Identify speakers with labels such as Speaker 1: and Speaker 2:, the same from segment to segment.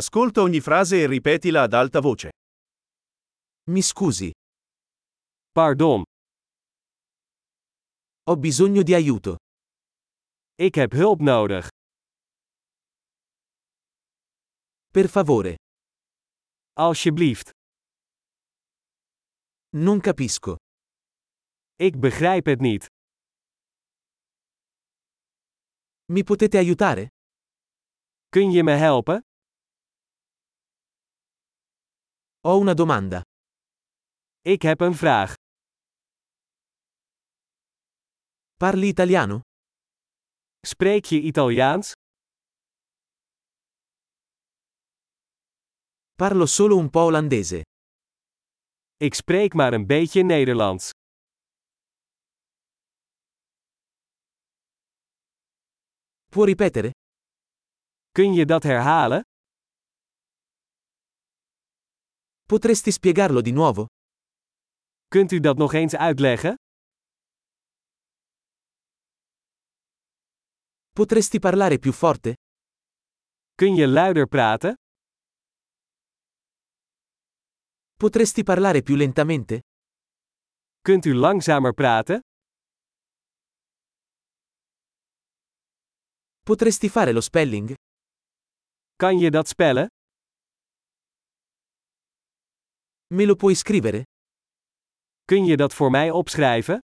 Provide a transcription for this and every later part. Speaker 1: Ascolta ogni frase e ripetila ad alta voce. Mi scusi,
Speaker 2: Pardon,
Speaker 1: ho bisogno di aiuto.
Speaker 2: ik heb hulp nodig.
Speaker 1: Per favore,
Speaker 2: Alsjeblieft,
Speaker 1: non capisco.
Speaker 2: ik begrijp het niet.
Speaker 1: Mi potete aiutare?
Speaker 2: Kun je me helpen?
Speaker 1: Ho una domanda.
Speaker 2: Ik heb een vraag.
Speaker 1: Parli italiano?
Speaker 2: Spreek je Italiaans?
Speaker 1: Parlo solo un po' olandese.
Speaker 2: Ik spreek maar een beetje Nederlands.
Speaker 1: Può ripetere?
Speaker 2: Kun je dat herhalen?
Speaker 1: Potresti spiegarlo di nuovo?
Speaker 2: Kunt u dat nog eens uitleggen?
Speaker 1: Potresti parlare più forte?
Speaker 2: Kun je luider praten?
Speaker 1: Potresti parlare più lentamente?
Speaker 2: Kunt u langzamer praten?
Speaker 1: Potresti fare lo spelling?
Speaker 2: Kan je dat spellen?
Speaker 1: Me lo puoi scrivere?
Speaker 2: Kun je dat voor mij opschrijven?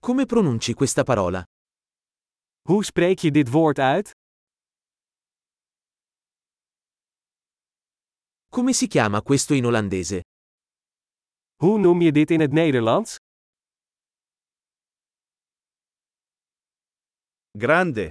Speaker 1: Come pronunci questa parola?
Speaker 2: Hoe spreek je dit woord uit?
Speaker 1: Come si chiama questo in olandese?
Speaker 2: Hoe noem je dit in het Nederlands?
Speaker 1: Grande,